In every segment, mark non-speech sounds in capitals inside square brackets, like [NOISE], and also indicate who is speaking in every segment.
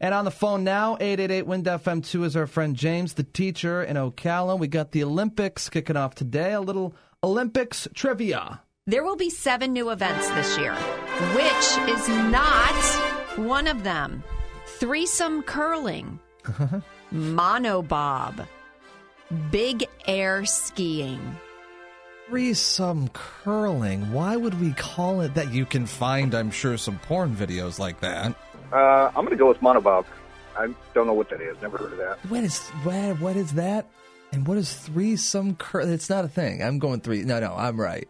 Speaker 1: And on the phone now, 888-WIND-FM2 is our friend James, the teacher in Ocala. We got the Olympics kicking off today. A little Olympics trivia.
Speaker 2: There will be seven new events this year, which is not one of them. Threesome
Speaker 1: [LAUGHS]
Speaker 2: curling, monobob, big air skiing.
Speaker 1: Threesome curling. Why would we call it that? You can find, I'm sure, some porn videos like that.
Speaker 3: Uh, I'm going to go with Monobob. I don't know what that is. Never heard of that.
Speaker 1: What is what, what is that? And what is threesome curl? It's not a thing. I'm going three. No, no, I'm right.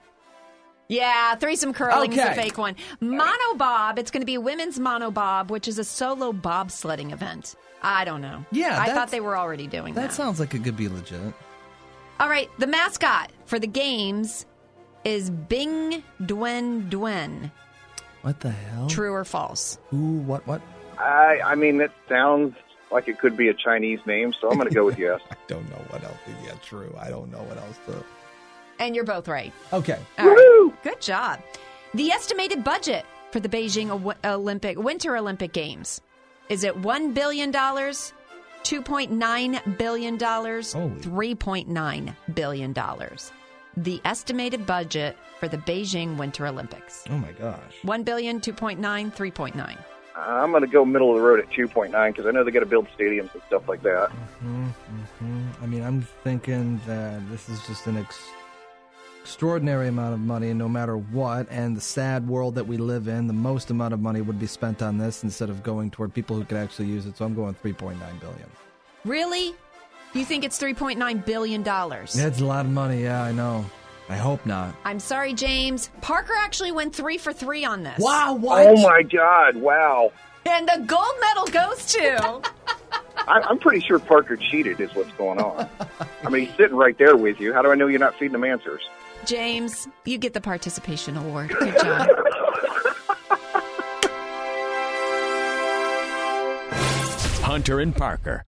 Speaker 2: Yeah, threesome curling is a
Speaker 1: Okay.
Speaker 2: fake one. Monobob, it's going to be women's monobob, which is a solo bobsledding event. I don't know.
Speaker 1: Yeah,
Speaker 2: I
Speaker 1: that's-
Speaker 2: thought they were already doing that.
Speaker 1: That sounds like it could be legit.
Speaker 2: All right, the mascot for the games is Bing Dwen Dwen.
Speaker 1: What the hell?
Speaker 2: True or false?
Speaker 1: Who? What? What?
Speaker 3: I, I mean, that sounds like it could be a Chinese name, so I'm going to go with yes.
Speaker 1: [LAUGHS] I don't know what else. Yeah, true. I don't know what else to. Ah.
Speaker 2: And you're both right.
Speaker 1: Okay.
Speaker 2: All right.
Speaker 3: Woo!
Speaker 2: Good job. The estimated budget for the Beijing Ow- Olympic Winter Olympic Games is it one billion dollars, two point nine billion dollars,
Speaker 1: Holy.
Speaker 2: three point nine billion dollars? The estimated budget for the Beijing Winter Olympics.
Speaker 1: Oh my gosh.
Speaker 2: 1 billion, 2.9, 3.9.
Speaker 3: Uh, I'm going to go middle of the road at 2.9 because I know they got to build stadiums and stuff like that.
Speaker 1: I mean, I'm thinking that this is just an ex- extraordinary amount of money, no matter what. And the sad world that we live in, the most amount of money would be spent on this instead of going toward people who could actually use it. So I'm going 3.9 billion.
Speaker 2: Really? You think it's 3.9 billion dollars?
Speaker 1: That's a lot of money. Yeah, I know. I hope not.
Speaker 2: I'm sorry, James. Parker actually went 3 for 3 on this.
Speaker 1: Wow! What?
Speaker 3: Oh my God! Wow!
Speaker 2: And the gold medal
Speaker 1: [LAUGHS]
Speaker 2: goes to
Speaker 3: I, I'm pretty sure Parker cheated. Is what's going on. I mean, he's sitting right there with you. How do I know you're not feeding him answers?
Speaker 2: James, you get the participation award. Good job.
Speaker 4: Hunter and Parker.